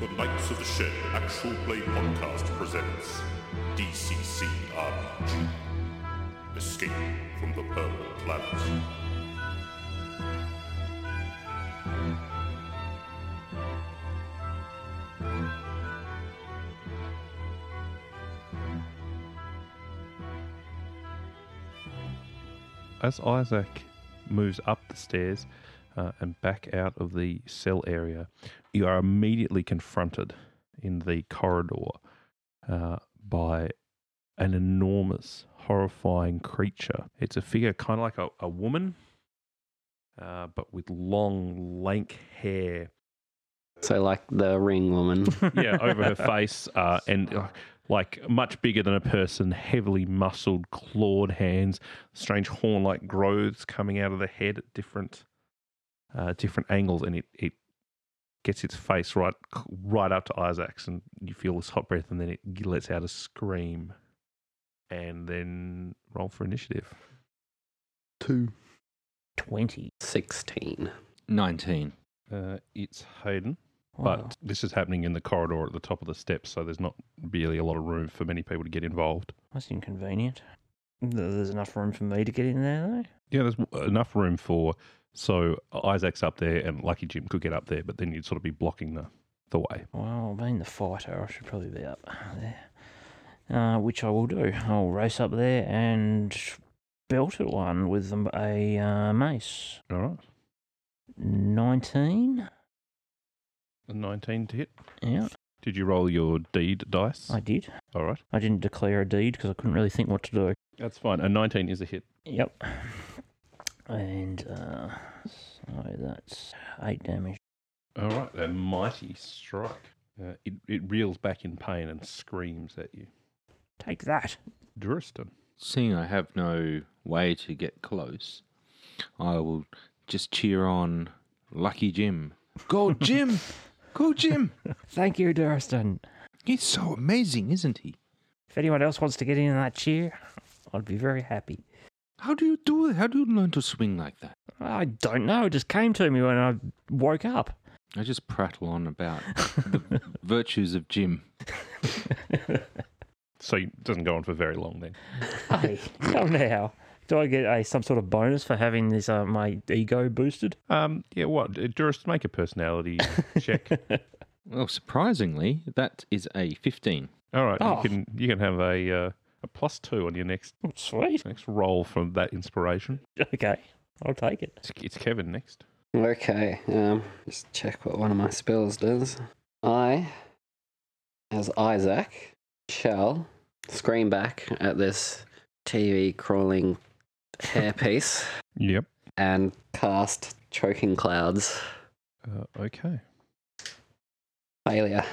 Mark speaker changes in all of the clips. Speaker 1: The Knights of the Shed Actual Play Podcast presents DCC RPG Escape from the Purple Planet.
Speaker 2: as Isaac moves up the stairs uh, and back out of the cell area, you are immediately confronted in the corridor uh, by an enormous, horrifying creature. It's a figure kind of like a, a woman, uh, but with long, lank hair.
Speaker 3: So like the ring woman.
Speaker 2: yeah, over her face, uh, and uh, like much bigger than a person, heavily muscled, clawed hands, strange horn-like growths coming out of the head at different, uh, different angles, and it it gets its face right right up to Isaac's, and you feel this hot breath, and then it lets out a scream, and then roll for initiative.
Speaker 3: Two.
Speaker 4: 20.
Speaker 3: Sixteen.
Speaker 5: 19.
Speaker 2: Uh, it's Hayden. But this is happening in the corridor at the top of the steps, so there's not really a lot of room for many people to get involved.
Speaker 4: that's inconvenient. Th- There's enough room for me to get in there, though.
Speaker 2: Yeah, there's w- enough room for so Isaac's up there and Lucky Jim could get up there, but then you'd sort of be blocking the the way.
Speaker 4: Well, being the fighter, I should probably be up there. Uh, which I will do. I'll race up there and belt at one with um, a uh, mace.
Speaker 2: All right,
Speaker 4: 19?
Speaker 2: a nineteen to hit.
Speaker 4: Yeah,
Speaker 2: Did you roll your deed dice?
Speaker 4: I did.
Speaker 2: All right,
Speaker 4: I didn't declare a deed because I couldn't really think what to do.
Speaker 2: that's fine. A nineteen is a hit.
Speaker 4: Yep. And uh, so that's 8 damage.
Speaker 2: All right, a mighty strike. Uh, it it reels back in pain and screams at you,
Speaker 4: Take that.
Speaker 2: Duristan.
Speaker 5: Seeing I have no way to get close, I will just cheer on Lucky Jim. Go, Jim! Go, Jim!
Speaker 4: Thank you, Durston.
Speaker 5: He's so amazing, isn't he?
Speaker 4: If anyone else wants to get in that chair, I'd be very happy.
Speaker 5: How do you do it? How do you learn to swing like that?
Speaker 4: I don't know. It just came to me when I woke up.
Speaker 5: I just prattle on about the virtues of Jim.
Speaker 2: So it doesn't go on for very long then.
Speaker 4: Hey, come now. Do I get a, some sort of bonus for having this uh, my ego boosted?
Speaker 2: Um, yeah, what uh, Duristan? Make a personality check.
Speaker 5: Well, surprisingly, that is a 15.
Speaker 2: All right,
Speaker 4: Oh.
Speaker 2: you can you can have a uh, a plus two on your next
Speaker 4: Oh, Sweet.
Speaker 2: next roll from that inspiration.
Speaker 4: Okay, I'll take it.
Speaker 2: It's, it's Kevin next.
Speaker 3: Okay. Um just check what one of my spells does. I as Isaac shall scream back at this TV crawling hairpiece
Speaker 2: Yep.
Speaker 3: and cast choking clouds.
Speaker 2: Uh, okay.
Speaker 3: Failure.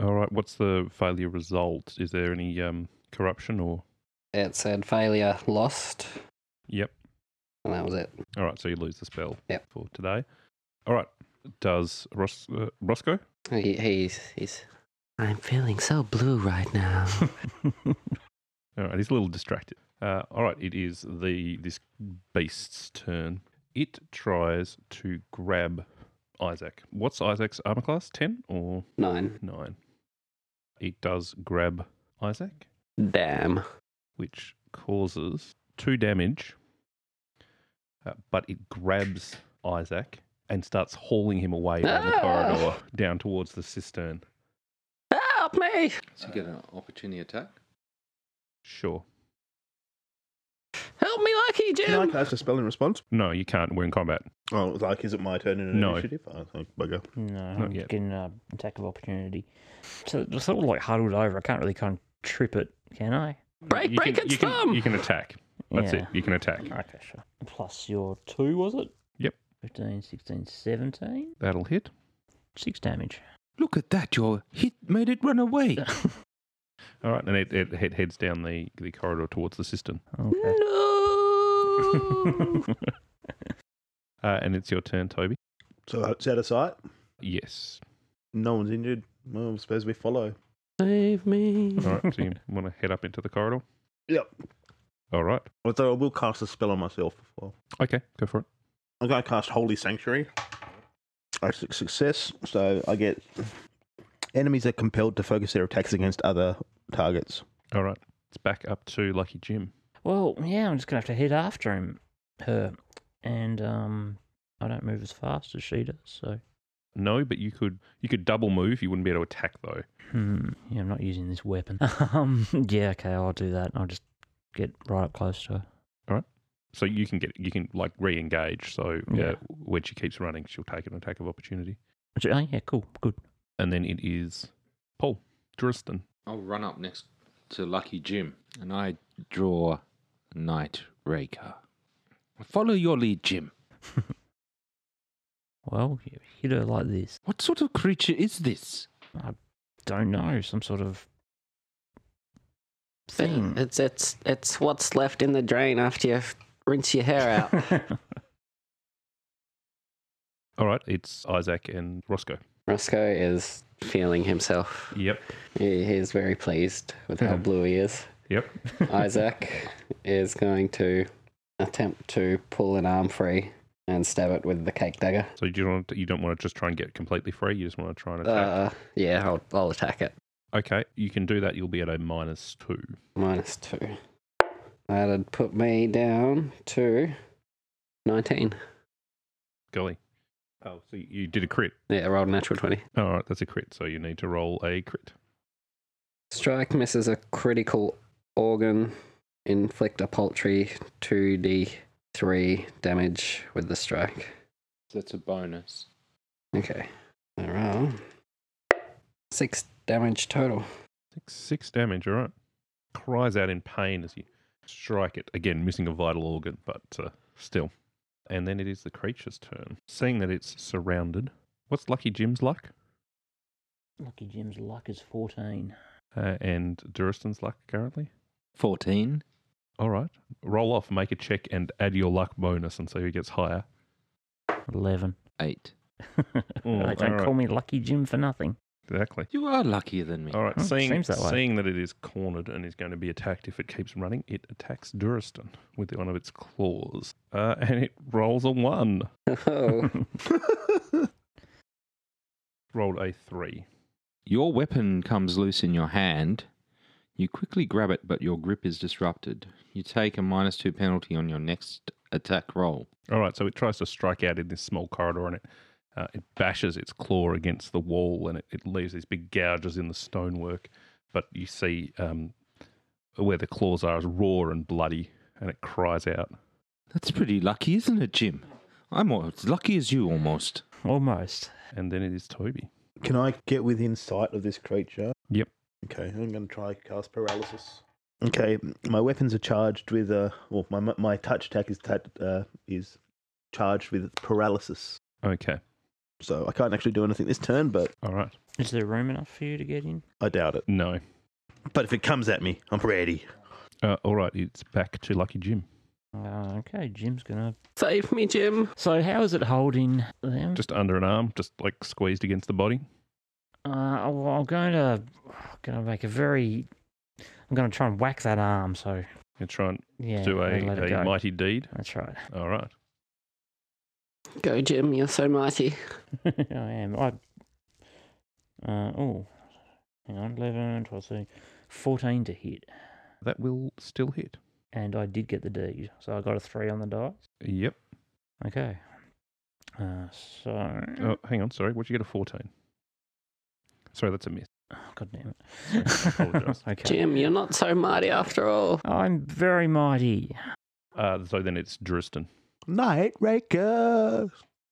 Speaker 2: All right. What's the failure result? Is there any um, corruption or?
Speaker 3: It said failure lost.
Speaker 2: Yep.
Speaker 3: And that was it.
Speaker 2: All right. So you lose the spell.
Speaker 3: Yep.
Speaker 2: For today. All right. Does Ros- uh, Roscoe?
Speaker 3: He, he's he's I'm feeling so blue right now.
Speaker 2: All right. He's a little distracted. Uh, all right. It is the this beast's turn. It tries to grab Isaac. What's Isaac's armor class? Ten or
Speaker 3: Nine.
Speaker 2: nine? It does grab Isaac.
Speaker 3: Damn.
Speaker 2: which causes two damage, uh, but it grabs Isaac and starts hauling him away down the
Speaker 3: Ah!
Speaker 2: corridor down towards the cistern.
Speaker 3: Help me!
Speaker 5: So you get an opportunity attack?
Speaker 2: Sure.
Speaker 3: Help me, Lucky
Speaker 6: Can I
Speaker 3: Jim!
Speaker 6: cast a spell in response?
Speaker 2: No, you can't. We're in combat.
Speaker 6: Oh, like, is it my turn in an
Speaker 2: No.
Speaker 6: initiative? I think, bugger.
Speaker 4: No, I'm
Speaker 2: yet.
Speaker 4: getting an attack of opportunity. So it's sort of like huddled over. I can't really kind of trip it, can I?
Speaker 3: Break,
Speaker 2: you
Speaker 3: break
Speaker 2: can,
Speaker 3: its
Speaker 2: you can,
Speaker 3: thumb!
Speaker 2: You can attack. That's it.
Speaker 4: yeah.
Speaker 2: You can attack.
Speaker 4: Okay, sure. Plus your two, was it?
Speaker 2: Yep.
Speaker 4: 15, 16, 17?
Speaker 2: That'll hit.
Speaker 4: Six damage.
Speaker 5: Look at that, your hit made it run away.
Speaker 2: All right, and it, it, it heads down the, the corridor towards the cistern.
Speaker 4: Okay.
Speaker 3: No!
Speaker 2: Uh, and it's your turn, Toby.
Speaker 6: So it's out of sight.
Speaker 2: Yes.
Speaker 6: No one's injured. Well, I suppose we follow.
Speaker 3: Save me.
Speaker 2: All right, so you want to head up into the corridor?
Speaker 6: Yep.
Speaker 2: All right.
Speaker 6: Although I will cast a spell on myself as well.
Speaker 2: Okay, go for it.
Speaker 6: I'm going to cast Holy Sanctuary. That's a success. So I get enemies are compelled to focus their attacks against other targets.
Speaker 2: All right. It's back up to Lucky Jim.
Speaker 4: Well, yeah, I'm just gonna have to head after him, her, and um, I don't move as fast as she does, so
Speaker 2: No, but you could you could double move. You wouldn't be able to attack though.
Speaker 4: hmm, yeah, I'm not using this weapon. um, yeah, okay, I'll do that. I'll just get right up close to her.
Speaker 2: So you can get you can like re-engage. So yeah,
Speaker 4: Yeah.
Speaker 2: when she keeps running, she'll take an attack of opportunity.
Speaker 4: Which- Oh, yeah, cool, good.
Speaker 2: And then it is Paul Driston.
Speaker 5: I'll run up next to Lucky Jim and I draw Night Raker. Follow your lead, Jim.
Speaker 4: Well, you hit her like this.
Speaker 5: What sort of creature is this?
Speaker 4: Don't know, some sort of thing.
Speaker 3: It's it's it's what's left in the drain after you rinse your hair out.
Speaker 2: All right, it's Isaac and Roscoe.
Speaker 3: Roscoe is feeling himself.
Speaker 2: Yep.
Speaker 3: He, he is very pleased with how blue he is.
Speaker 2: Hmm. Yep.
Speaker 3: Isaac is going to attempt to pull an arm free and stab it with the cake dagger.
Speaker 2: So you don't want to, you don't want to just try and get completely free. You just want to try and attack.
Speaker 3: Uh, yeah, I'll, I'll attack it.
Speaker 2: okay, you can do that. You'll be at a minus two.
Speaker 3: Minus two. That'd put me down to 19.
Speaker 2: Golly. Oh, so you did a crit.
Speaker 3: Yeah, I rolled a natural 20.
Speaker 2: All right, that's a crit. So you need to roll a crit.
Speaker 3: Strike misses a critical organ. Inflict a paltry 2d3 damage with the strike.
Speaker 5: That's a bonus.
Speaker 3: Okay. I roll. Six damage total.
Speaker 2: Six, six damage. All right. Cries out in pain as you strike it again, missing a vital organ, but uh, still. And then it is the creature's turn. Seeing that it's surrounded, what's Lucky Jim's luck
Speaker 4: Lucky Jim's luck is 14.
Speaker 2: uh, and Duriston's luck currently?
Speaker 5: 14.
Speaker 2: All right, roll off, make a check, and add your luck bonus, and so who gets higher.
Speaker 4: 11.
Speaker 5: 8.
Speaker 4: they don't
Speaker 2: alright.
Speaker 4: call me Lucky Jim for nothing.
Speaker 2: Exactly.
Speaker 5: You are luckier than me.
Speaker 2: All right,
Speaker 4: Hmm,
Speaker 2: seeing
Speaker 4: seems that way.
Speaker 2: seeing that it is cornered and is going to be attacked if it keeps running, it attacks Duriston with one of its claws, uh, and it rolls a one.
Speaker 3: Oh,
Speaker 2: Rolled a three.
Speaker 5: Your weapon comes loose in your hand. You quickly grab it, but your grip is disrupted. You take a minus two penalty on your next attack roll.
Speaker 2: All right, so it tries to strike out in this small corridor, and it uh, it bashes its claw against the wall, and it, it leaves these big gouges in the stonework. But you see um, where the claws are is raw and bloody, and it cries out.
Speaker 5: That's pretty lucky, isn't it, Jim? I'm al- as lucky as you almost.
Speaker 4: Almost.
Speaker 2: And then it is Toby.
Speaker 6: Can I get within sight of this creature?
Speaker 2: Yep.
Speaker 6: Okay, I'm going to try cast paralysis. Okay, my weapons are charged with uh, well, my my touch attack is ta- uh, is charged with paralysis,
Speaker 2: Okay.
Speaker 6: so I can't actually do anything this turn, but
Speaker 2: All right.
Speaker 4: Is there room enough for you to get in?
Speaker 6: I doubt it.
Speaker 2: No.
Speaker 6: But if it comes at me, I'm ready.
Speaker 2: Uh, all right. It's back to Lucky Jim.
Speaker 4: Uh, okay, Jim's gonna.
Speaker 3: save me, Jim.
Speaker 4: So, how is it holding them?
Speaker 2: Just under an arm, just like squeezed against the body.
Speaker 4: Uh, well, I'm going to, going to make a very. I'm going to try and whack that arm. So
Speaker 2: And try and
Speaker 4: yeah,
Speaker 2: do a,
Speaker 4: and let it
Speaker 2: a
Speaker 4: go.
Speaker 2: mighty deed.
Speaker 4: That's right.
Speaker 2: All right.
Speaker 3: Go, Jim. You're so mighty.
Speaker 4: I am. I. Uh, oh, hang on. 11, 12, 13, 14 to hit,
Speaker 2: That will still hit.
Speaker 4: and I did get the deed, so I got a three on the dice.
Speaker 2: Yep.
Speaker 4: Okay. Uh, so.
Speaker 2: Oh, hang on. Sorry. What'd you get? A 14. Sorry, that's a miss.
Speaker 4: God damn it.
Speaker 2: Sorry, I apologise.
Speaker 4: okay.
Speaker 3: Jim, you're not so mighty after all.
Speaker 4: I'm very mighty.
Speaker 2: Uh, so then it's Driston.
Speaker 6: Night Raker.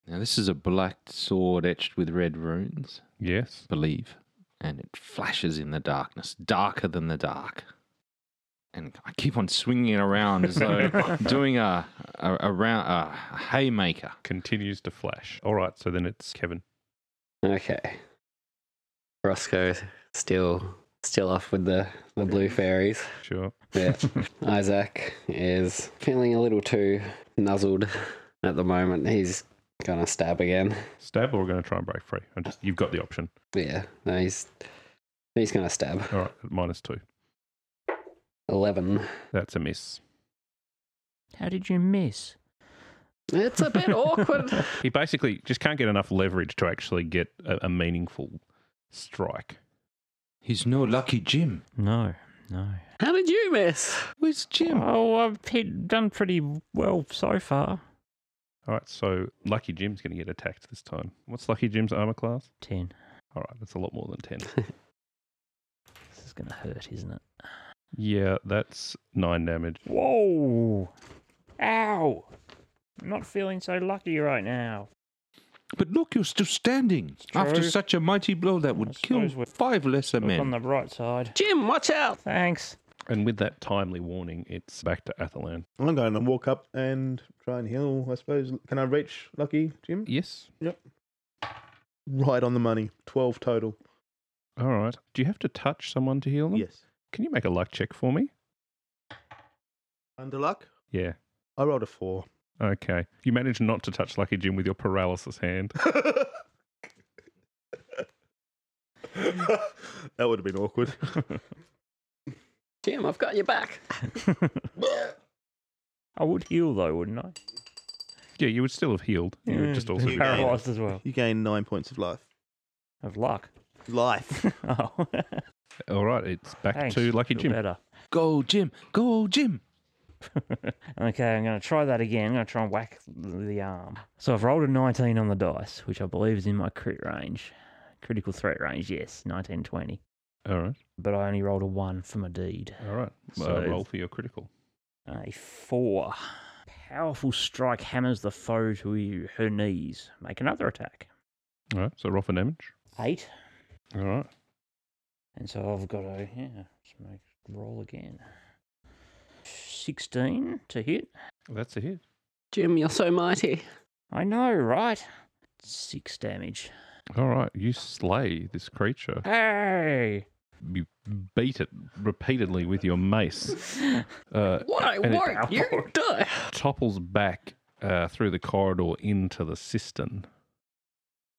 Speaker 5: Now, this is a black sword etched with red runes,
Speaker 2: Yes.
Speaker 5: believe, and it flashes in the darkness, darker than the dark. And I keep on swinging it around as though doing a, a, a, round, a haymaker.
Speaker 2: Continues to flash. All right. So then it's Kevin.
Speaker 3: Okay. Roscoe still still off with the, the blue fairies.
Speaker 2: Sure.
Speaker 3: Yeah. Isaac is feeling a little too nuzzled at the moment. He's gonna stab again.
Speaker 2: Stab, or we're going to try and break free. I just you've got the option.
Speaker 3: Yeah. No, he's he's gonna stab.
Speaker 2: All right. Minus two.
Speaker 3: Eleven.
Speaker 2: That's a miss.
Speaker 4: How did you miss?
Speaker 3: It's a bit awkward.
Speaker 2: He basically just can't get enough leverage to actually get a, a meaningful strike.
Speaker 5: He's no lucky Jim.
Speaker 4: No, no.
Speaker 3: How did you miss?
Speaker 5: Where's Jim?
Speaker 4: Oh, I've hit- done pretty well so far.
Speaker 2: All right, so Lucky Jim's going to get attacked this time. What's Lucky Jim's armor class?
Speaker 4: Ten.
Speaker 2: All right, that's a lot more than 10.
Speaker 4: This is gonna hurt, isn't it?
Speaker 2: yeah, that's nine damage.
Speaker 4: Whoa! Ow! I'm not feeling so lucky right now.
Speaker 5: But look, you're still standing.
Speaker 4: true.
Speaker 5: After such a mighty blow, that
Speaker 4: I
Speaker 5: would kill
Speaker 4: suppose we're-
Speaker 5: five lesser
Speaker 4: Look on
Speaker 5: men.
Speaker 4: the bright side.
Speaker 3: Jim, watch out!
Speaker 4: Thanks.
Speaker 2: And with that timely warning, it's back to Athalan.
Speaker 6: I'm going to walk up and try and heal, I suppose. Can I reach Lucky Jim?
Speaker 2: Yes.
Speaker 6: Right on the money. 12 total.
Speaker 2: All right. Do you have to touch someone to heal them?
Speaker 6: Yes.
Speaker 2: Can you make a luck check for me?
Speaker 6: Under luck?
Speaker 2: Yeah.
Speaker 6: I rolled a four.
Speaker 2: Okay. You managed not to touch Lucky Jim with your paralysis hand.
Speaker 6: that would have been awkward.
Speaker 3: Jim, I've got your back.
Speaker 4: I would heal though, wouldn't I?
Speaker 2: yeah, you would still have healed. You were
Speaker 4: Yeah,
Speaker 2: just also
Speaker 6: you go.
Speaker 4: Paralyzed as well.
Speaker 6: You gain nine points of life.
Speaker 4: Of luck.
Speaker 6: Life.
Speaker 4: oh,
Speaker 2: All right, it's back
Speaker 4: thanks.
Speaker 2: to Lucky
Speaker 4: Feel
Speaker 2: Jim.
Speaker 4: Better.
Speaker 5: Go, Jim. Go, Jim.
Speaker 4: Okay, I'm going to try that again. I'm going to try and whack the arm. So I've rolled a 19 on the dice, which I believe is in my crit range. Critical threat range, yes, 19, 20.
Speaker 2: All right.
Speaker 4: But I only rolled a 1 for my deed.
Speaker 2: All right.
Speaker 4: So-
Speaker 2: uh, roll for your critical.
Speaker 4: A 4. Powerful strike hammers the foe to her knees. Make another attack.
Speaker 2: All right. So roll for damage.
Speaker 4: 8.
Speaker 2: All right.
Speaker 4: And so I've got to, yeah, just make roll again. 16 to hit.
Speaker 2: That's a hit.
Speaker 3: Jim, you're so mighty.
Speaker 4: I know, right? 6 damage.
Speaker 2: All right. You slay this creature.
Speaker 4: Hey!
Speaker 2: You beat it repeatedly with your mace. Uh,
Speaker 3: Why
Speaker 2: And it-
Speaker 3: won't you die?
Speaker 2: topples back uh, through the corridor into the cistern.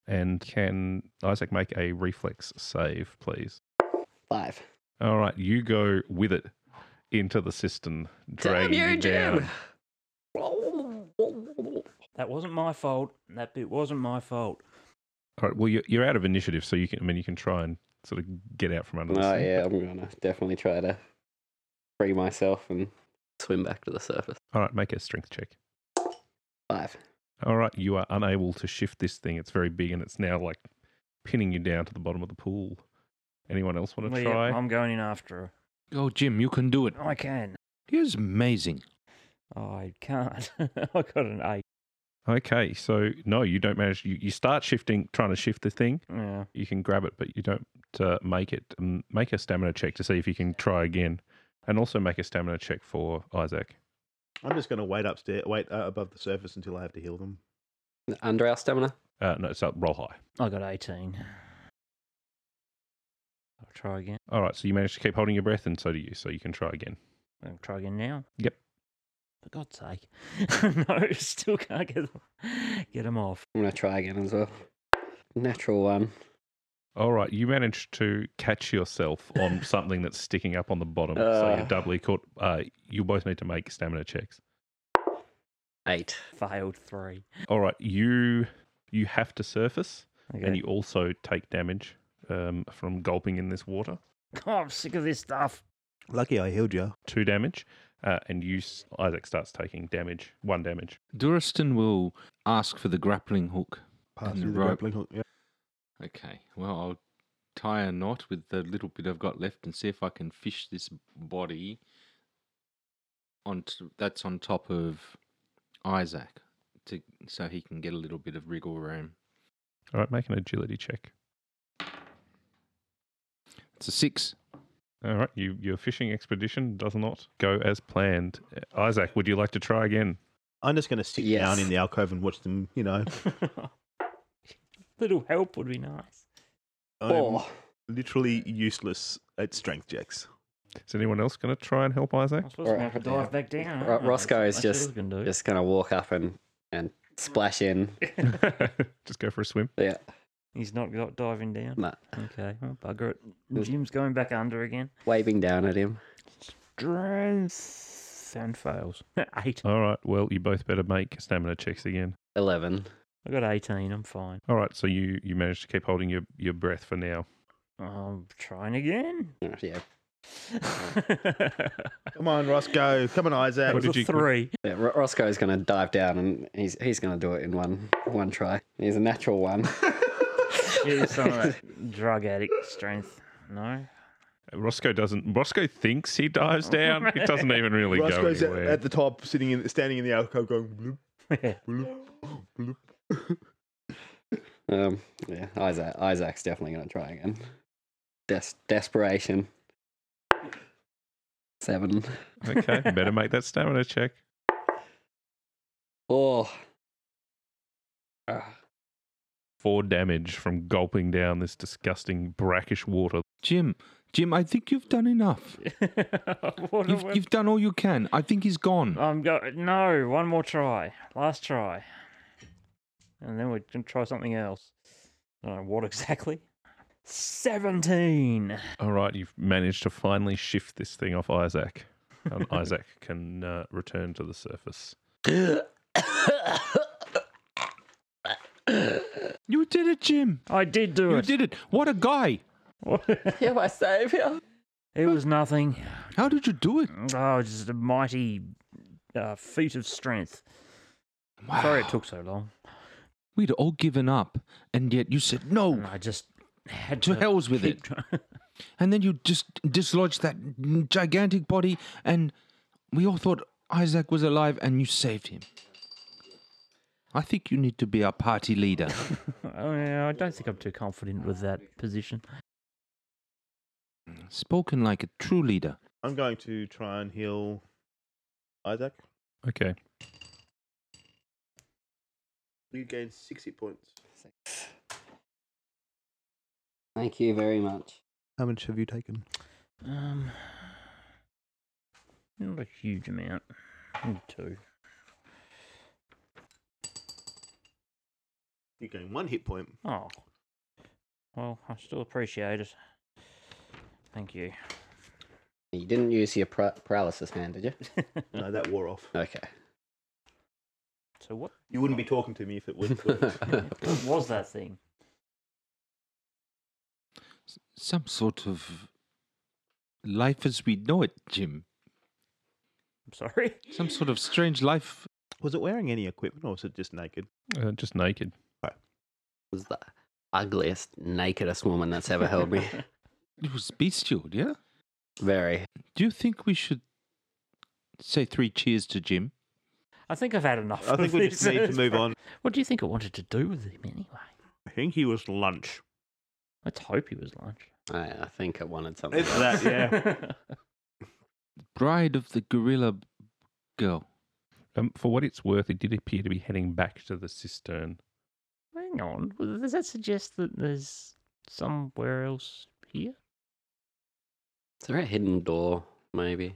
Speaker 2: And can Isaac make a reflex save, please?
Speaker 3: Five.
Speaker 2: All right, you go with it into the cistern,
Speaker 3: Damn
Speaker 2: dragging
Speaker 3: you,
Speaker 2: you
Speaker 3: Jim!
Speaker 2: down.
Speaker 4: That wasn't my fault. That bit wasn't my fault.
Speaker 2: All right, well, you're, you're out of initiative, so you can. I mean, you can try and sort of get out from under this.
Speaker 3: Oh
Speaker 2: thing.
Speaker 3: yeah, I'm gonna definitely try to free myself and swim back to the surface.
Speaker 2: All right, make a strength check.
Speaker 3: Five.
Speaker 2: All right, you are unable to shift this thing. It's very big, and it's now like pinning you down to the bottom of the pool. Anyone else want to
Speaker 4: Well, yeah,
Speaker 2: try?
Speaker 4: I'm going in after
Speaker 5: Go, Jim. You can do it.
Speaker 4: her. I can.
Speaker 5: He's amazing.
Speaker 4: I can't. I got an eight.
Speaker 2: Okay, so no, you don't manage. You, you start shifting, trying to shift the thing.
Speaker 4: Yeah.
Speaker 2: You can grab it, but you don't uh, make it. Um, make a stamina check to see if you can try again, and also make a stamina check for Isaac.
Speaker 6: I'm just going to wait upstairs, wait uh, above the surface until I have to heal them.
Speaker 3: Under our stamina.
Speaker 2: Uh, no, so roll high.
Speaker 4: I got 18. I'll try again.
Speaker 2: All right, so you manage to keep holding your breath, and so do you. So you can try again.
Speaker 4: I'll try again now.
Speaker 2: Yep.
Speaker 4: For God's sake. no, still can't get them, get 'em off.
Speaker 3: I'm gonna try again as well. Natural one.
Speaker 2: All right, you manage to catch yourself on something that's sticking up on the bottom, so you're
Speaker 3: Ugh.
Speaker 2: doubly caught. Uh, you both need to make stamina checks.
Speaker 3: Eight.
Speaker 4: Failed three.
Speaker 2: All right, you you have to surface,
Speaker 4: Okay.
Speaker 2: and you also take damage um, from gulping in this water.
Speaker 4: God, Oh, I'm sick of this stuff.
Speaker 6: Lucky I healed you.
Speaker 2: two damage, uh, and you s- Isaac starts taking damage, one damage.
Speaker 5: Duristan will ask for the grappling hook.
Speaker 6: Pass
Speaker 5: And the
Speaker 6: through the
Speaker 5: rope.
Speaker 6: grappling hook. Yep.
Speaker 5: Okay. Well, I'll tie a knot with the little bit I've got left and see if I can fish this body on t- that's on top of Isaac to so he can get a little bit of wriggle room.
Speaker 2: All right, make an agility check.
Speaker 5: It's a 6.
Speaker 2: All right, you, your fishing expedition does not go as planned. Uh, Isaac, would you like to try again?
Speaker 6: I'm just going to sit
Speaker 3: Yes.
Speaker 6: down in the alcove and watch them, you know.
Speaker 4: Little help would be nice.
Speaker 6: I'm
Speaker 3: Four.
Speaker 6: literally useless at strength checks.
Speaker 2: Is anyone else going to try and help Isaac?
Speaker 4: I'm supposed to
Speaker 3: Right,
Speaker 4: have to
Speaker 6: yeah.
Speaker 4: dive back down.
Speaker 3: Ro-
Speaker 4: aren't I?
Speaker 3: Roscoe
Speaker 4: That's-
Speaker 3: is
Speaker 4: that's
Speaker 3: just-
Speaker 4: all I can do.
Speaker 3: Just gonna walk up and and splash in.
Speaker 2: Just go for a swim.
Speaker 3: Yeah.
Speaker 4: He's not got diving down.
Speaker 3: Nah.
Speaker 4: Okay, well, bugger it.
Speaker 3: There's-
Speaker 4: Jim's going back under again.
Speaker 3: Waving down at him.
Speaker 4: Strength and fails. Eight.
Speaker 2: All right. Well, you both better make stamina checks again.
Speaker 3: 11.
Speaker 4: I got 18. I'm fine.
Speaker 2: All right. So you you managed to keep holding your your breath for now.
Speaker 4: I'm trying again.
Speaker 3: Oh, Yeah,
Speaker 6: Come on, Roscoe. Come on, Isaac.
Speaker 4: that was
Speaker 2: did
Speaker 4: a
Speaker 2: you-
Speaker 4: three.
Speaker 3: yeah Ro- Roscoe's going to dive down and he's he's going to do it in one one try. He's a natural one.
Speaker 4: Yeah, some of that drug addict strength. No.
Speaker 2: Roscoe doesn't. Roscoe thinks he dives down. He doesn't even really
Speaker 6: Roscoe's
Speaker 2: go
Speaker 6: at,
Speaker 2: anywhere.
Speaker 6: at the top, sitting in, standing in the alcove, going bloop, bloop, bloop.
Speaker 3: Um, yeah, Isaac. Isaac's definitely going to try again. Des- desperation. Seven.
Speaker 2: okay. Better make that stamina check.
Speaker 3: Oh. Ah,
Speaker 2: Four damage from gulping down this disgusting brackish water.
Speaker 5: Jim, Jim, I think you've done enough.
Speaker 4: What a Uh,
Speaker 5: You've,
Speaker 4: wep-
Speaker 5: you've done all you can. I think he's gone.
Speaker 4: I'm go no, one more try. Last try. And then we can try something else. I don't know what exactly. Seventeen.
Speaker 2: All right. You've managed to finally shift this thing off Isaac. And Isaac can uh, return to the surface.
Speaker 5: You did it, Jim.
Speaker 4: I did do
Speaker 5: You
Speaker 4: it.
Speaker 5: did it. What a guy.
Speaker 3: You're my savior.
Speaker 4: It was nothing.
Speaker 5: How did you do it?
Speaker 4: Oh, just a mighty uh, feat of strength. Sorry it took so long.
Speaker 5: We'd all given up, and yet you said no.
Speaker 4: And I just had
Speaker 5: To
Speaker 4: to,
Speaker 5: hell's with
Speaker 4: keep
Speaker 5: it.
Speaker 4: try-
Speaker 5: And then you just dislodged that gigantic body, and we all thought Isaac was alive, and you saved him. I think you need to be our party leader.
Speaker 4: oh, yeah, I don't think I'm too confident with that position.
Speaker 5: Spoken like a true leader.
Speaker 6: I'm going to try and heal Isaac.
Speaker 2: Okay.
Speaker 6: You gain 60 points.
Speaker 3: Thank you very much.
Speaker 6: How much have you taken?
Speaker 4: Um, not a huge amount. Maybe Two.
Speaker 6: You gain one hit point.
Speaker 4: Oh. Well, I still appreciate it. Thank you.
Speaker 3: You didn't use your pra- paralysis hand, did you?
Speaker 6: No, that wore off.
Speaker 3: Okay.
Speaker 4: So what
Speaker 6: You wouldn't be talking to me if it wouldn't work.
Speaker 4: was that thing?
Speaker 5: Some sort of life as we know it, Jim.
Speaker 4: I'm sorry.
Speaker 5: Some sort of strange life.
Speaker 6: was it wearing any equipment or was it just naked?
Speaker 2: Uh, just naked.
Speaker 3: was the ugliest, nakedest woman that's ever held me.
Speaker 5: It was bestial, yeah?
Speaker 3: Very.
Speaker 5: Do you think we should say three cheers to Jim?
Speaker 4: I think I've had enough.
Speaker 6: I think
Speaker 4: of
Speaker 6: we just
Speaker 4: this.
Speaker 6: need to move on.
Speaker 4: What do you think I wanted to do with him anyway?
Speaker 6: I think he was lunch.
Speaker 4: Let's hope he was lunch.
Speaker 3: I, I think I wanted something.
Speaker 6: It's that, yeah.
Speaker 5: Bride of the gorilla girl.
Speaker 2: Um, for what it's worth, it did appear to be heading back to the cistern.
Speaker 4: Hang on. well, Does that suggest that there's somewhere else here?
Speaker 3: Is there a hidden door, maybe?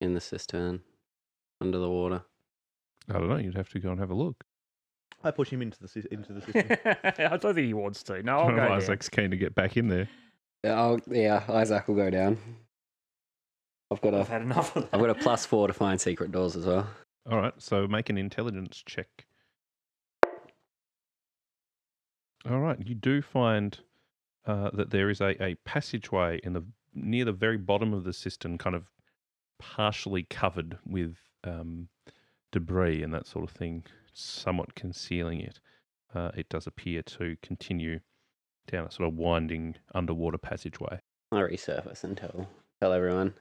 Speaker 3: In the cistern? Under the water?
Speaker 2: I don't know. You'd have to go and have a look.
Speaker 6: I push him into the sys- into the system.
Speaker 4: I don't think he wants to. No, I'll
Speaker 2: One
Speaker 4: go
Speaker 2: of
Speaker 4: down.
Speaker 2: Isaac's keen to get back in there.
Speaker 3: Yeah, I'll, yeah, Isaac will go down. I've got
Speaker 4: I've
Speaker 3: a,
Speaker 4: had enough of that.
Speaker 3: I've got a plus four to find secret doors as well.
Speaker 2: All right. So make an intelligence check. All right. You do find uh, that there is a, a passageway in the near the very bottom of the cistern, kind of partially covered with um, debris and that sort of thing, somewhat concealing it. Uh, it does appear to continue down a sort of winding underwater passageway.
Speaker 3: I resurface and tell tell everyone.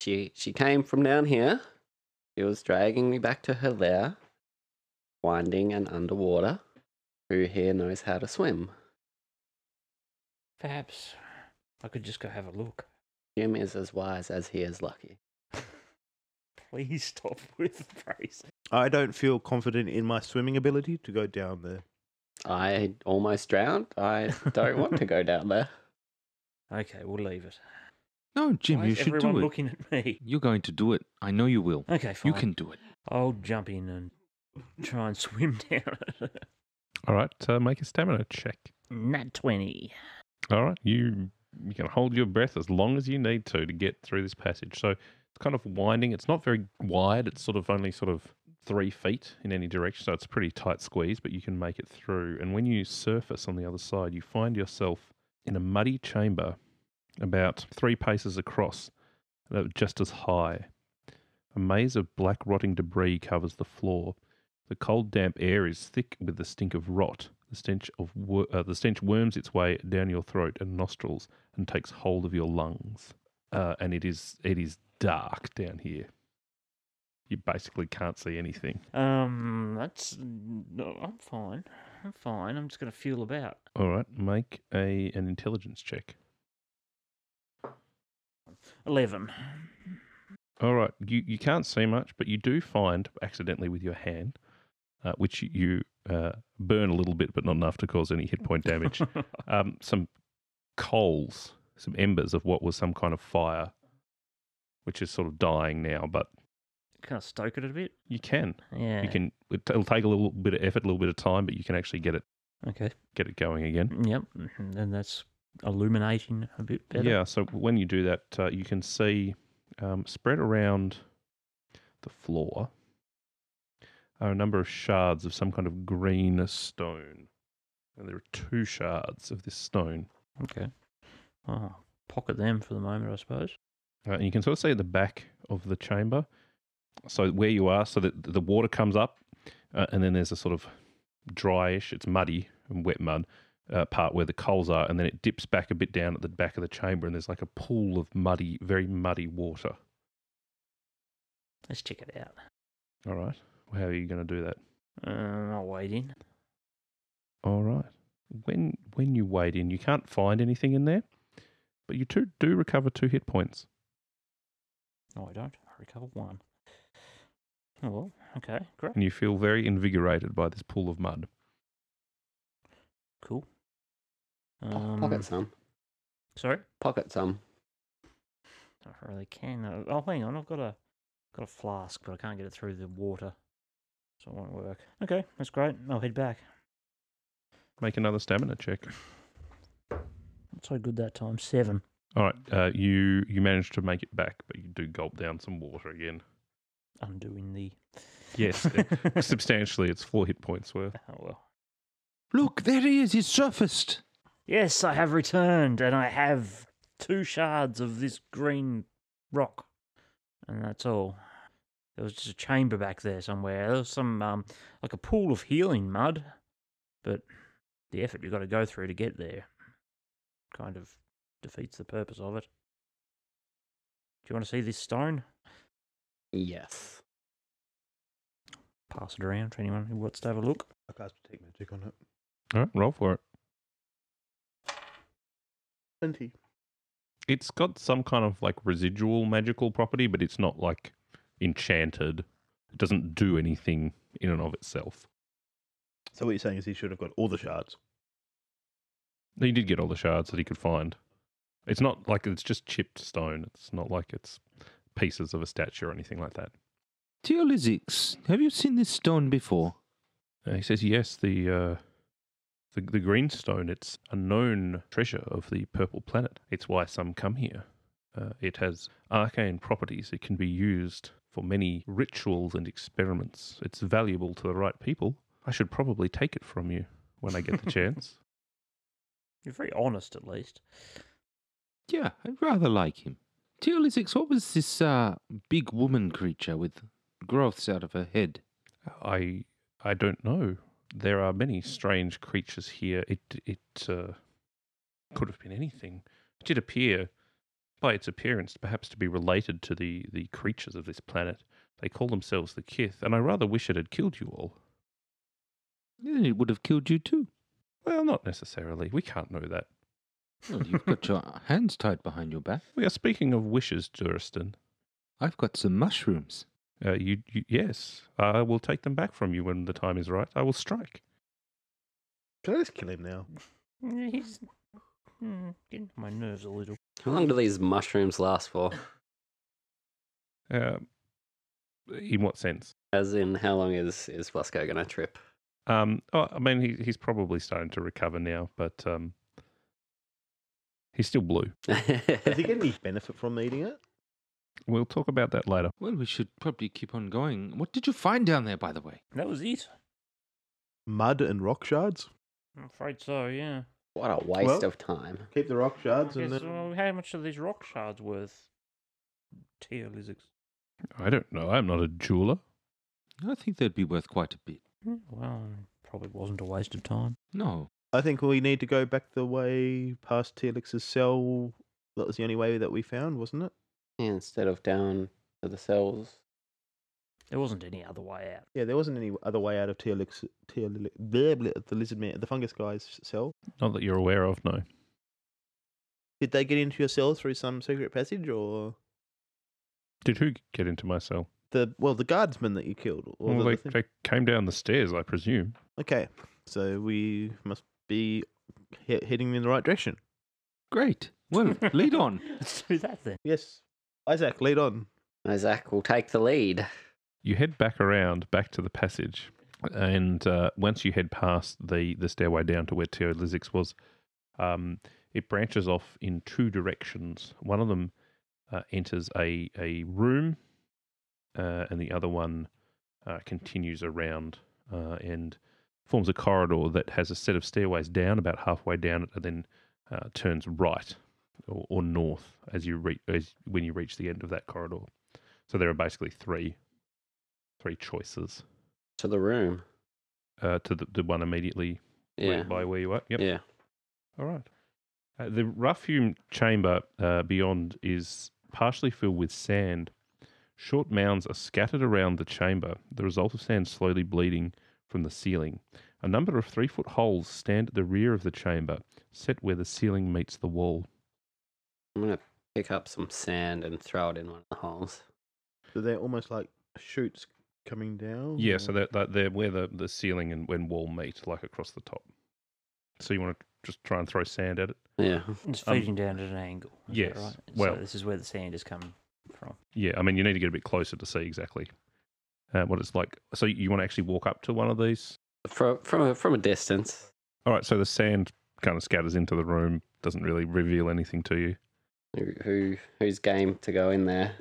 Speaker 3: She she came from down here. She was dragging me back to her lair, winding and underwater. Who here knows how to swim?
Speaker 4: Perhaps I could just go have a look.
Speaker 3: Jim is as wise as he is lucky.
Speaker 4: Please stop with the phrase.
Speaker 6: I don't feel confident in my swimming ability to go down there.
Speaker 3: I almost drowned. I don't want to go down there.
Speaker 4: Okay, we'll leave it.
Speaker 5: No, Jim,
Speaker 4: Why
Speaker 5: you
Speaker 4: is
Speaker 5: should
Speaker 4: everyone
Speaker 5: do it.
Speaker 4: looking at me?
Speaker 5: You're going to do it. I know you will.
Speaker 4: Okay, fine.
Speaker 5: You can do it.
Speaker 4: I'll jump in and try and swim down. it.
Speaker 2: All right. Uh, make a stamina check.
Speaker 4: Nat twenty.
Speaker 2: All right, you you can hold your breath as long as you need to to get through this passage. So it's kind of winding. It's not very wide. It's sort of only sort of three feet in any direction, so it's a pretty tight squeeze, but you can make it through. And when you surface on the other side, you find yourself in a muddy chamber about three paces across, uh, just as high. A maze of black rotting debris covers the floor. The cold, damp air is thick with the stink of rot. The stench of wor- uh, the stench worms its way down your throat and nostrils and takes hold of your lungs. Uh, and it is it is dark down here. You basically can't see anything.
Speaker 4: Um, that's. No, I'm fine. I'm fine. I'm just going to feel about.
Speaker 2: All right, make a an intelligence check.
Speaker 4: 11.
Speaker 2: All right, you you can't see much, but you do find accidentally with your hand, uh, which you uh, burn a little bit, but not enough to cause any hit point damage. um, some coals, some embers of what was some kind of fire, which is sort of dying now, but
Speaker 4: kind of stoke it a bit.
Speaker 2: you can.
Speaker 4: Yeah.
Speaker 2: You can. it- It'll take a little bit of effort, a little bit of time, but you can actually get it
Speaker 4: Okay.
Speaker 2: get it going again.
Speaker 4: Yep. And then that's illuminating a bit better.
Speaker 2: Yeah. So when you do that, uh, you can see um, spread around the floor are a number of shards of some kind of green stone, and there are two shards of this stone.
Speaker 4: Okay. Oh, pocket them for the moment, I suppose.
Speaker 2: Uh, and you can sort of see at the back of the chamber, so where you are, so that the water comes up, uh, and then there's a sort of dryish, it's muddy and wet mud uh, part where the coals are, and then it dips back a bit down at the back of the chamber, and there's like a pool of muddy, very muddy water.
Speaker 4: Let's check it out.
Speaker 2: All right, how are you going to do that?
Speaker 4: Um, I'll wait in.
Speaker 2: All right. When when you wade in, you can't find anything in there, but you two do recover two hit points.
Speaker 4: No, I don't. I recover one. Oh, well, okay. Great.
Speaker 2: and you feel very invigorated by this pool of mud.
Speaker 4: Cool.
Speaker 3: Po-
Speaker 4: Um,
Speaker 3: Pocket some.
Speaker 4: Sorry?
Speaker 3: Pocket some.
Speaker 4: I really can. uh, Oh, hang on. I've got a got a flask, but I can't get it through the water, so it won't work. Okay, that's great. I'll head back.
Speaker 2: Make another stamina check.
Speaker 4: Not so good that time. Seven.
Speaker 2: All right, uh, you you manage to make it back, but you do gulp down some water again.
Speaker 4: Undoing the.
Speaker 2: Yes, Substantially, it's four hit points worth.
Speaker 4: oh well.
Speaker 5: Look, there he is. He's surfaced.
Speaker 4: Yes, I have returned, and I have two shards of this green rock, and that's all. There was just a chamber back there somewhere. There was some um, like a pool of healing mud, but the effort you've got to go through to get there kind of defeats the purpose of it. Do you want to see this stone?
Speaker 3: Yes.
Speaker 4: Pass it around to anyone who wants to have a look.
Speaker 6: I cast take magic on it.
Speaker 2: All right, roll for it.
Speaker 6: Twenty.
Speaker 2: It's got some kind of like residual magical property, but it's not like enchanted. It doesn't do anything in and of itself.
Speaker 6: So what you're saying is he should have got all the shards.
Speaker 2: He did get all the shards that he could find. It's not like it's just chipped stone. It's not like it's pieces of a statue or anything like that.
Speaker 5: Dear Lizix, have you seen this stone before?
Speaker 2: Uh, he says, "Yes, the uh, the the green stone. It's a known treasure of the purple planet. It's why some come here. Uh, it has arcane properties. It can be used for many rituals and experiments. It's valuable to the right people. I should probably take it from you when I get the chance.
Speaker 4: You're very honest, at least.
Speaker 5: Yeah, I'd rather like him. Dear Lizix, what was this uh, big woman creature with growths out of her head?
Speaker 2: I I don't know. There are many strange creatures here. It it uh, could have been anything. It did appear, by its appearance, perhaps to be related to the the creatures of this planet. They call themselves the Kith, and I rather wish it had killed you all.
Speaker 5: Then it would have killed you too.
Speaker 2: Well, not necessarily. We can't know that.
Speaker 5: Well, you've got your hands tied behind your back.
Speaker 2: We are speaking of wishes, Duristan.
Speaker 5: I've got some mushrooms.
Speaker 2: Uh, you, you yes, I will take them back from you when the time is right. I will strike.
Speaker 6: Should I just kill him now?
Speaker 4: Yeah, He's Hmm, getting on my nerves a little.
Speaker 3: How long do these mushrooms last for?
Speaker 2: Um, in what sense?
Speaker 3: As in, how long is is Flasco gonna trip?
Speaker 2: Um, oh, I mean, he, he's probably starting to recover now, but um, he's still blue.
Speaker 6: Does he get any benefit from eating it?
Speaker 1: We'll talk about that later.
Speaker 5: Well, we should probably keep on going. What did you find down there, by the way?
Speaker 4: That was it.
Speaker 6: Mud and rock shards.
Speaker 4: I'm afraid so, yeah.
Speaker 3: What a waste
Speaker 6: Well-
Speaker 3: of time.
Speaker 6: Keep the rock shards,
Speaker 4: Okay,
Speaker 6: and then
Speaker 4: so how much are these rock shards worth? Teal lizards.
Speaker 1: I don't know. I'm not a jeweler.
Speaker 5: I think they'd be worth quite a bit.
Speaker 4: Hmm, Well, probably wasn't a waste of time.
Speaker 5: No.
Speaker 6: I think we need to go back the way past Telix's cell. That was the only way that we found, wasn't it?
Speaker 3: Yeah, instead of down to the cells.
Speaker 4: There wasn't any other way out.
Speaker 6: Yeah, there wasn't any other way out of Telix, Telix bleh, bleh, the lizard man, the fungus guy's cell.
Speaker 1: Not that you're aware of, no.
Speaker 6: Did they get into your cell through some secret passage, or
Speaker 1: Did who get into my cell?
Speaker 6: the well, the guardsman that you killed? Or
Speaker 1: well,
Speaker 6: the,
Speaker 1: they,
Speaker 6: the thing-
Speaker 1: they came down the stairs, I presume.
Speaker 6: Okay, so we must be he- heading in the right direction.
Speaker 5: Great. Well,
Speaker 1: Hmm,
Speaker 5: lead on.
Speaker 4: Let's do that then.
Speaker 6: Yes, Isaac, lead on.
Speaker 3: Isaac will take the lead.
Speaker 1: You head back around, back to the passage, and uh, once you head past the, the stairway down to where Teolizix was, um, it branches off in two directions. One of them uh, enters a, a room, uh, and the other one uh, continues around uh, and forms a corridor that has a set of stairways down, about halfway down it, and then uh, turns right or, or north as you re- as when you reach the end of that corridor. So there are basically three three choices
Speaker 3: To the room.
Speaker 1: uh, to the, the one immediately where-
Speaker 3: Yeah.
Speaker 1: by where you are. Yep.
Speaker 3: Yeah.
Speaker 1: All right. Uh, the rough-hewn chamber uh, beyond is partially filled with sand. Short mounds are scattered around the chamber, the result of sand slowly bleeding from the ceiling. A number of three-foot holes stand at the rear of the chamber, set where the ceiling meets the wall.
Speaker 3: I'm gonna pick up some sand and throw it in one of the holes.
Speaker 6: So they're almost like shoots coming down.
Speaker 1: Yeah, so
Speaker 6: or-
Speaker 1: that that they're where the, the ceiling and when wall meet, like across the top. So you want to just try and throw sand at it?
Speaker 3: Yeah.
Speaker 4: It's
Speaker 1: Um,
Speaker 4: feeding down at an angle. is that
Speaker 1: yes,
Speaker 4: Right?
Speaker 1: well-
Speaker 4: so this is where the sand is coming from.
Speaker 1: Yeah, I mean, you need to get a bit closer to see exactly uh, what it's like. So you want to actually walk up to one of these?
Speaker 3: From from a, from a distance.
Speaker 1: All right, so the sand kind of scatters into the room, doesn't really reveal anything to you.
Speaker 3: Who, who who's game to go in there?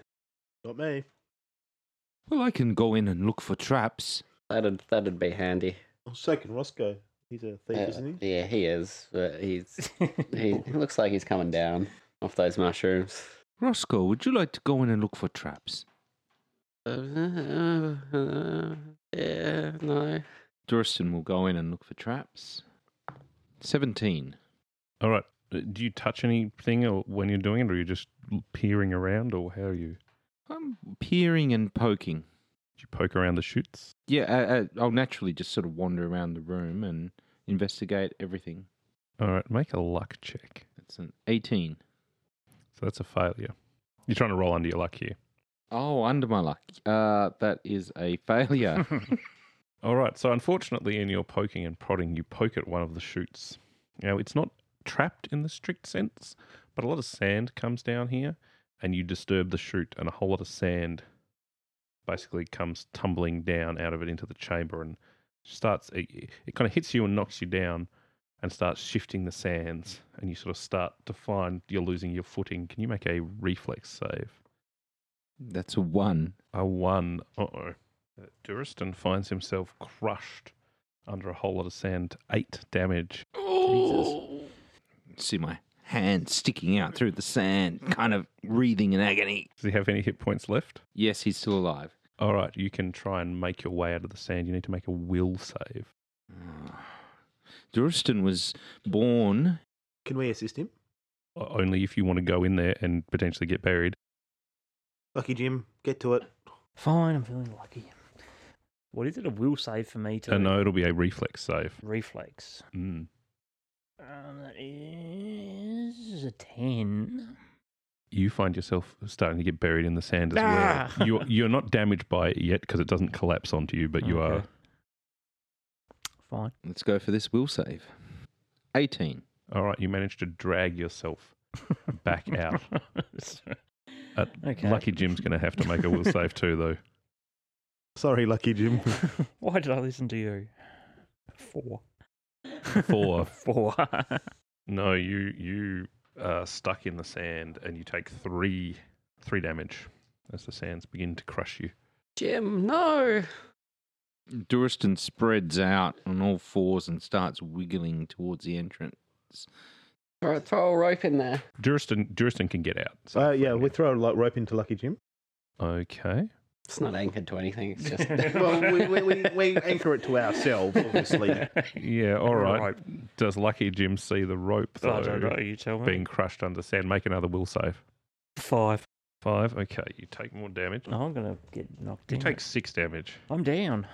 Speaker 6: Not me.
Speaker 5: Well, I can go in and look for traps.
Speaker 3: That'd that'd be handy.
Speaker 6: I'm second Oh, Roscoe. He's a thief,
Speaker 3: Uh,
Speaker 6: isn't he?
Speaker 3: Yeah, he is. But he's he he looks like he's coming down off those mushrooms.
Speaker 5: Roscoe, would you like to go in and look for traps?
Speaker 3: Uh, uh, uh, yeah, no.
Speaker 5: Duristan will go in and look for traps. 17.
Speaker 1: All right, uh, do you touch anything or when you're doing it, or are you just peering around, or how are you?
Speaker 5: I'm peering and poking.
Speaker 1: Do you poke around the chutes?
Speaker 5: Yeah, I, I, I'll naturally just sort of wander around the room and investigate everything.
Speaker 1: All right, make a luck check.
Speaker 5: That's an 18.
Speaker 1: So that's a failure. You're trying to roll under your luck here.
Speaker 5: Oh, under my luck. Uh, that is a failure.
Speaker 1: All right. So, unfortunately, in your poking and prodding, you poke at one of the shoots. Now, it's not trapped in the strict sense, but a lot of sand comes down here, and you disturb the chute, and a whole lot of sand basically comes tumbling down out of it into the chamber and starts, it, it kind of hits you and knocks you down and starts shifting the sands, and you sort of start to find you're losing your footing. Can you make a reflex save?
Speaker 5: That's a 1.
Speaker 1: a one. Uh oh. Duristan finds himself crushed under a whole lot of sand. Eight damage.
Speaker 5: See my hand sticking out through the sand, kind of breathing in agony.
Speaker 1: Does he have any hit points left?
Speaker 5: Yes, he's still alive.
Speaker 1: All right, you can try and make your way out of the sand. You need to make a will save.
Speaker 5: Duristan was born.
Speaker 6: Can we assist him?
Speaker 1: O- Only if you want to go in there and potentially get buried.
Speaker 6: Lucky Jim, get to it.
Speaker 4: Fine, I'm feeling lucky. What is it? A will save for me to
Speaker 1: Uh, no, it'll be a reflex save.
Speaker 4: reflex.
Speaker 1: Mm.
Speaker 4: Um, that is a ten.
Speaker 1: You find yourself starting to get buried in the sand as
Speaker 4: Ah!
Speaker 1: well. You're, you're not damaged by it yet because it doesn't collapse onto you, but you
Speaker 4: Okay. Fine.
Speaker 5: Let's go for this will save. 18.
Speaker 1: are. All right, you manage to drag yourself back out. Uh,
Speaker 4: okay.
Speaker 1: Lucky Jim's going to have to make a will save too, though.
Speaker 6: Sorry, Lucky Jim.
Speaker 4: Why did I listen to you? Four.
Speaker 1: Four.
Speaker 4: Four.
Speaker 1: No, you you are stuck in the sand and you take three three damage.
Speaker 2: as the sands begin to crush you.
Speaker 3: Jim, no.
Speaker 5: Duristan spreads out on all fours and starts wiggling towards the entrance.
Speaker 3: Throw, throw a rope in there.
Speaker 2: Duristan, Duristan can get out. so-
Speaker 6: Uh, yeah, we throw a lo- rope into Lucky Jim.
Speaker 2: Okay.
Speaker 3: It's not anchored to anything. It's just
Speaker 6: well, we, we, we, we anchor it to ourselves, obviously.
Speaker 2: Yeah, all right.
Speaker 4: Rope.
Speaker 2: Does Lucky Jim see the rope, though,
Speaker 4: Oh, I don't know. You tell me.
Speaker 2: being crushed under sand? Make another will save.
Speaker 4: Five.
Speaker 2: Five. Okay, you take more damage.
Speaker 4: Oh, I'm gonna get knocked
Speaker 2: You
Speaker 4: down.
Speaker 2: take six damage.
Speaker 4: I'm down.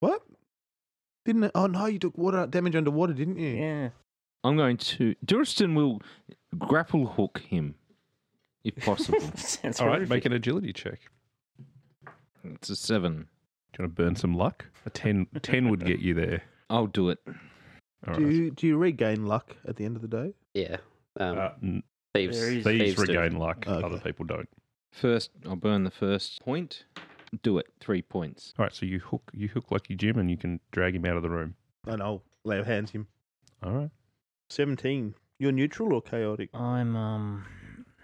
Speaker 6: what? Didn't it? Oh no, you took water damage underwater, didn't you?
Speaker 4: Yeah.
Speaker 5: I'm going to. Duristan will grapple hook him, if possible.
Speaker 4: Sounds
Speaker 2: all right,
Speaker 4: horrific.
Speaker 2: make an agility check.
Speaker 5: it's a seven.
Speaker 2: Do you want to burn some luck? A 10, 10 would get you there.
Speaker 5: I'll do it.
Speaker 2: All
Speaker 6: Do
Speaker 2: right.
Speaker 6: you, do you regain luck at the end of the day?
Speaker 3: yeah. Um,
Speaker 2: Uh, n-
Speaker 3: thieves.
Speaker 4: there is-
Speaker 2: thieves
Speaker 3: thieves do.
Speaker 2: regain luck.
Speaker 6: Okay.
Speaker 2: Other people don't.
Speaker 5: First, I'll burn the first point. Do it. Three points.
Speaker 2: All right, so you hook you hook Lucky Jim and you can drag him out of the room.
Speaker 6: And I'll lay hands him.
Speaker 2: All right.
Speaker 6: Seventeen. You're neutral or chaotic?
Speaker 4: I'm um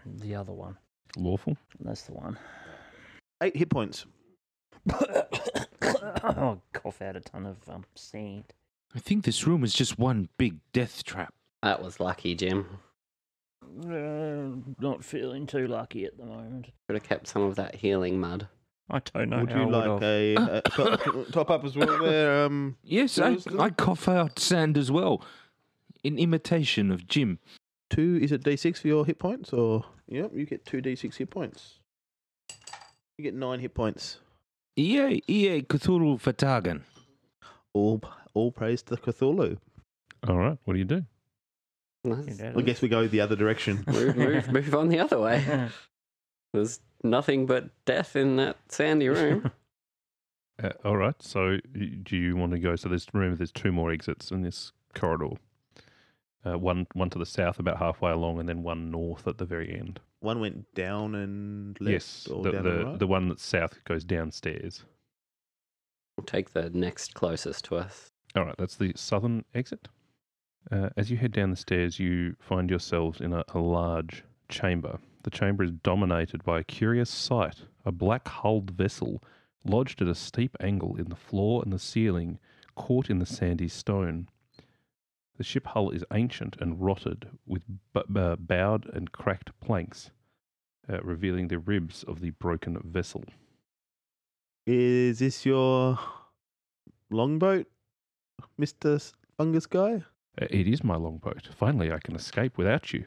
Speaker 4: the other one.
Speaker 2: Lawful.
Speaker 4: That's the one.
Speaker 6: Eight hit points.
Speaker 4: oh, cough out a ton of um sand.
Speaker 5: I think this room is just one big death trap.
Speaker 3: That was lucky, Jim.
Speaker 4: Uh, not feeling too lucky at the moment.
Speaker 3: Could have kept some of that healing mud.
Speaker 4: I don't know.
Speaker 6: would
Speaker 4: how I
Speaker 6: you like
Speaker 4: have.
Speaker 6: a, uh top, top up as well? There. Um,
Speaker 5: Yes,
Speaker 6: What
Speaker 5: I,
Speaker 6: was that?
Speaker 5: I cough out sand as well, in imitation of Jim.
Speaker 6: two. Is it D6 for your hit points? Or yep, you get two D6 hit points. You get nine hit points.
Speaker 5: Ea, Ea E Cthulhu Fatagan.
Speaker 6: All all praise to Cthulhu.
Speaker 2: All right. What do you do?
Speaker 4: You
Speaker 3: Nice.
Speaker 4: know,
Speaker 6: I guess we go the other direction.
Speaker 3: move, move, move on the other way. There's nothing but death in that sandy room.
Speaker 2: Uh, all right. So y- do you want to go? So there's remember there's two more exits in this corridor. Uh, one one to the south, about halfway along, and then one north at the very end.
Speaker 6: One went down and left.
Speaker 2: yes,
Speaker 6: or
Speaker 2: the
Speaker 6: down
Speaker 2: the,
Speaker 6: and right?
Speaker 2: the one that's south goes downstairs.
Speaker 3: We'll take the next closest to us.
Speaker 2: All right, that's the southern exit. Uh, as you head down the stairs, you find yourselves in a, a large chamber. The chamber is dominated by a curious sight a black hulled vessel lodged at a steep angle in the floor and the ceiling, caught in the sandy stone. The ship hull is ancient and rotted, with b- b- bowed and cracked planks, uh, revealing the ribs of the broken vessel.
Speaker 6: Is this your longboat, Mister Fungus guy?
Speaker 2: Uh, it is my longboat. Finally, I can escape without you.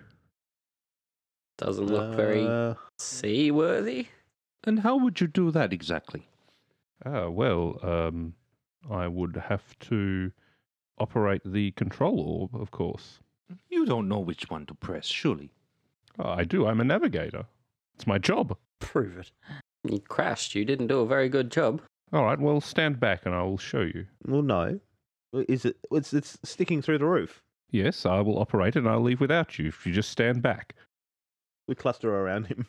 Speaker 3: Doesn't look very
Speaker 6: Uh,
Speaker 3: seaworthy.
Speaker 5: And how would you do that exactly?
Speaker 1: Oh,
Speaker 2: Ah, well, um, I would have to operate the control orb, of course.
Speaker 5: You don't know which one to press, surely.
Speaker 2: Oh, I do. I'm a navigator. It's my job.
Speaker 4: Prove it.
Speaker 3: You crashed. You didn't do a very good job.
Speaker 2: All right, well, stand back and I will show you.
Speaker 6: well, no. Is it? It's it's sticking through the roof.
Speaker 2: Yes, I will operate and I'll leave without you if you just stand back.
Speaker 6: We cluster around him.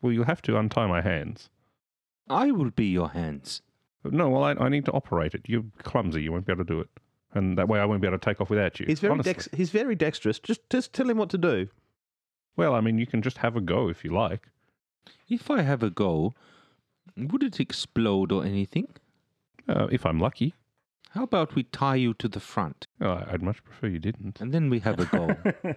Speaker 2: Well, you'll have to untie my hands.
Speaker 5: I will be your hands.
Speaker 2: No, well, I, I need to operate it. You're clumsy. You won't be able to do it. And that way I won't be able to take off without you.
Speaker 6: he's very
Speaker 2: honestly.
Speaker 6: dex- he's very dexterous. Just just tell him what to do.
Speaker 2: Well, I mean, you can just have a go if you like.
Speaker 5: If I have a go, would it explode or anything?
Speaker 2: Uh, if I'm lucky.
Speaker 5: How about we tie you to the front
Speaker 2: Oh, I- I'd much prefer you didn't.
Speaker 5: and then we have a go?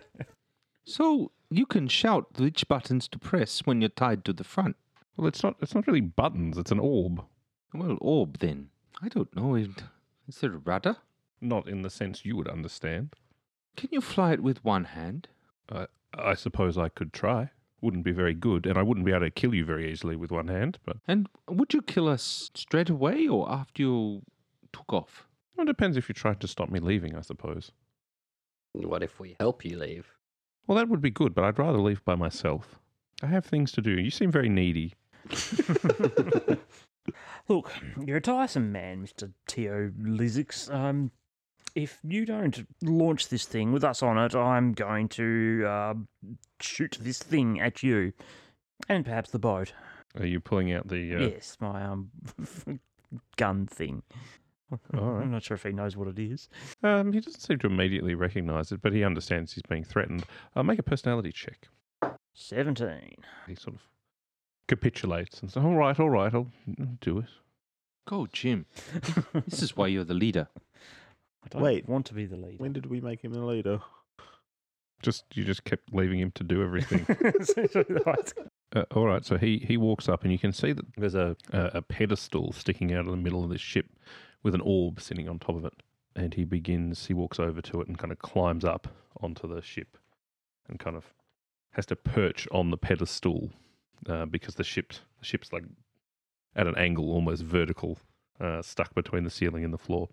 Speaker 5: so you can shout which buttons to press when you're tied to the front.
Speaker 2: Well, it's not. It's not really buttons. It's an orb.
Speaker 5: Well, orb then. I don't know. it- Is there a rudder?
Speaker 2: Not in the sense you would understand.
Speaker 5: Can you fly it with one hand?
Speaker 2: I, I suppose I could try. Wouldn't be very good, and I wouldn't be able to kill you very easily with one hand, but
Speaker 5: And would you kill us straight away or after you took off?
Speaker 2: well, it depends if you tried to stop me leaving, I suppose.
Speaker 3: What if we help you leave?
Speaker 2: Well, that would be good, but I'd rather leave by myself. I have things to do. You seem very needy.
Speaker 4: Look, you're a tiresome man, Mr. T.O. Lizix. Um, if you don't launch this thing with us on it, I'm going to uh, shoot this thing at you. And perhaps the boat.
Speaker 2: Are you pulling out the. Uh,
Speaker 4: Yes, my um, gun thing.
Speaker 2: All right.
Speaker 4: I'm not sure if he knows what it is.
Speaker 2: Um, he doesn't seem to immediately recognize it, but he understands he's being threatened. Uh, make a personality check.
Speaker 4: 17.
Speaker 2: He sort of
Speaker 1: capitulates and says, "All right, all right, I'll do it."
Speaker 5: Go, Jim. This is why you're the leader.
Speaker 4: I don't
Speaker 6: Wait.
Speaker 4: want to be the leader.
Speaker 6: When did we make him a leader?
Speaker 1: Just you just kept leaving him to do everything.
Speaker 4: Essentially, that's-
Speaker 1: Uh, all right, so he, he walks up, and you can see that there's a, a, a pedestal sticking out of the middle of this ship with an orb sitting on top of it. And he begins, he walks over to it and kind of climbs up onto the ship and kind of has to perch on the pedestal uh, because the, ship, the ship's like at an angle, almost vertical, uh, stuck between the ceiling and the floor.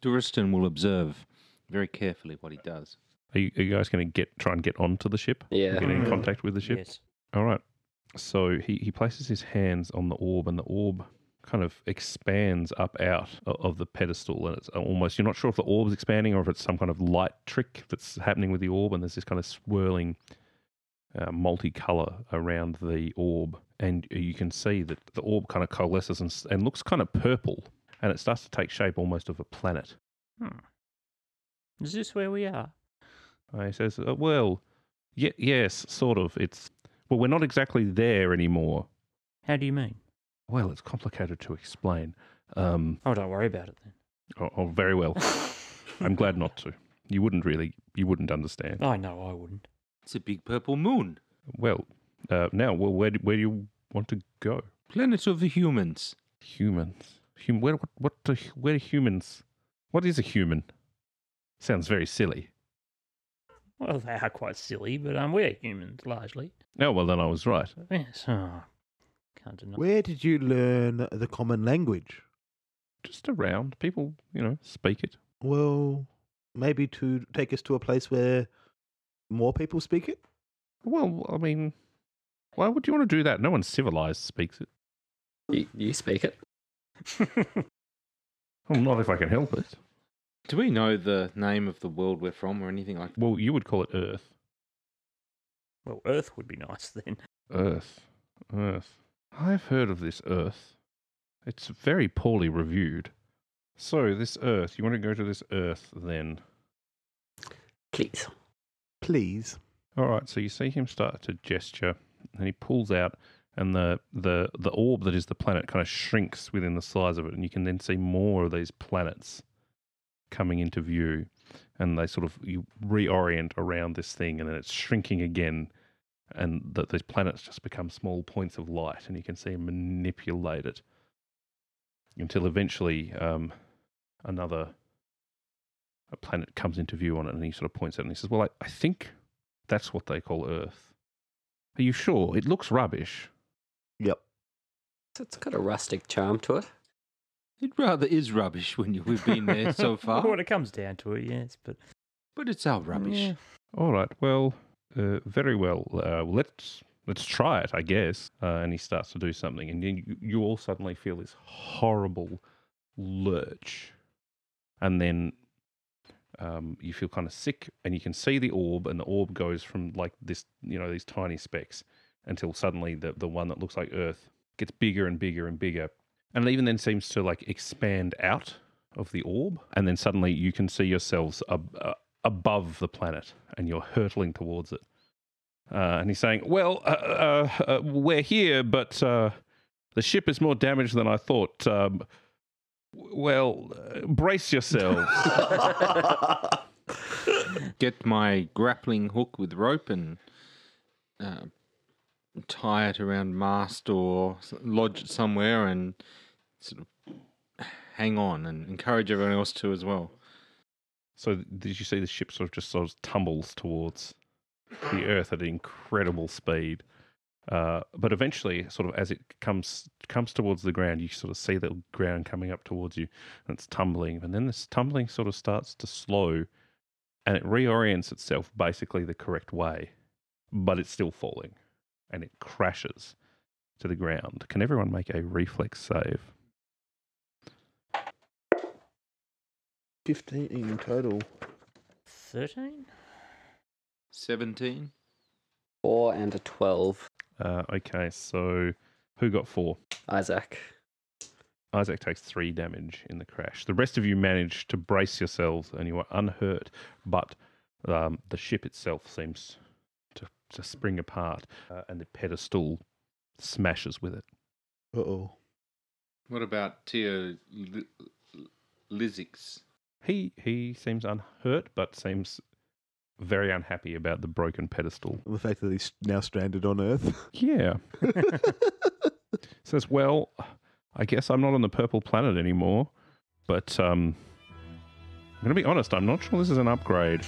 Speaker 5: Duristan will observe very carefully what he does.
Speaker 1: Are you, are you guys going to get try and get onto the ship?
Speaker 3: Yeah.
Speaker 1: Get in
Speaker 6: Mm.
Speaker 1: contact with the ship?
Speaker 4: yes.
Speaker 1: All right. So he, he places his hands on the orb, and the orb kind of expands up out o- of the pedestal. And it's almost, you're not sure if the orb's expanding or if it's some kind of light trick that's happening with the orb. And there's this kind of swirling uh, multicolor around the orb. And you can see that the orb kind of coalesces and, s- and looks kind of purple. And it starts to take shape almost of a planet.
Speaker 4: Hmm. Is this where we are?
Speaker 1: Uh, he says, uh, Well, ye- yes, sort of. It's, well, we're not exactly there anymore.
Speaker 4: How do you mean?
Speaker 1: Well, it's complicated to explain. Um,
Speaker 4: Oh, don't worry about it then.
Speaker 1: oh, oh, very well. I'm glad not to. You wouldn't really, you wouldn't understand.
Speaker 4: I know I wouldn't.
Speaker 5: It's a big purple moon,
Speaker 1: Well, uh, now, well, where, do- where do you want to go?
Speaker 5: planet of the humans.
Speaker 1: Humans. Hum- where, what, what do, where are humans? What is a human? Sounds very silly.
Speaker 4: Well, they are quite silly, but um, we're humans largely.
Speaker 1: Oh, well, then I was right.
Speaker 4: Yes. Oh, can't deny.
Speaker 6: Where did you learn the common language?
Speaker 1: Just around. People, you know, speak it.
Speaker 6: Well, maybe to take us to a place where more people speak it.
Speaker 1: Well, I mean, why would you want to do that? No one civilized speaks it.
Speaker 3: You, you speak it.
Speaker 1: Well, not if I can help it.
Speaker 5: Do we know the name of the world we're from or anything like
Speaker 1: Well, you would call it Earth.
Speaker 4: well, Earth would be nice then.
Speaker 1: Earth. Earth. I've heard of this Earth. It's very poorly reviewed. So, this Earth, you want to go to this Earth then?
Speaker 3: Please.
Speaker 6: Please.
Speaker 1: All right, so you see him start to gesture, and he pulls out, and the, the, the orb that is the planet kind of shrinks within the size of it, and you can then see more of these planets coming into view, and they sort of you reorient around this thing, and then it's shrinking again, and that these planets just become small points of light, and you can see him manipulate it until eventually um, another a planet comes into view on it, and he sort of points out, and he says, "Well, I, I think." That's what they call Earth. Are you sure? It looks rubbish.
Speaker 6: Yep.
Speaker 3: It's got a rustic charm to it.
Speaker 5: that? It rather is rubbish when you, we've been there so
Speaker 4: when
Speaker 5: far.
Speaker 4: it comes down to it, yes, but
Speaker 5: But it's our rubbish.
Speaker 4: Yeah.
Speaker 1: All right. Well, uh, very well. Uh, let's let's try it, I guess. Uh, and he starts to do something, and then you, you all suddenly feel this horrible lurch, and then um, you feel kind of sick, and you can see the orb, and the orb goes from like this, you know, these tiny specks, until suddenly the the one that looks like Earth gets bigger and bigger and bigger, and it even then seems to like expand out of the orb, and then suddenly you can see yourselves ab- uh, above the planet, and you're hurtling towards it. Uh, and he's saying, "Well, uh, uh, uh, we're here, but uh, the ship is more damaged than I thought. Um, w- well, uh, brace yourselves."
Speaker 5: Get my grappling hook with rope and uh, tie it around mast or s- lodge it somewhere and sort of hang on and encourage everyone else to as well.
Speaker 1: so th- did you see the ship sort of just sort of tumbles towards the Earth at incredible speed? Uh, but eventually, sort of as it comes comes towards the ground, you sort of see the ground coming up towards you, and it's tumbling. And then this tumbling sort of starts to slow, and it reorients itself basically the correct way, but it's still falling, and it crashes to the ground. Can everyone make a reflex save?
Speaker 6: Fifteen in total.
Speaker 4: thirteen.
Speaker 5: 17?
Speaker 3: Four and a twelve.
Speaker 1: Uh, okay, so who got four?
Speaker 3: Isaac.
Speaker 1: Isaac takes three damage in the crash. The rest of you manage to brace yourselves and you are unhurt, but um, the ship itself seems to, to spring apart uh, and the pedestal smashes with it.
Speaker 6: Uh oh.
Speaker 5: What about Tio Li- Lizix?
Speaker 1: He he seems unhurt, but seems very unhappy about the broken pedestal.
Speaker 6: The fact that he's now stranded on Earth.
Speaker 1: Yeah. Says, well, I guess I'm not on the purple planet anymore, but um, I'm going to be honest, I'm not sure this is an upgrade.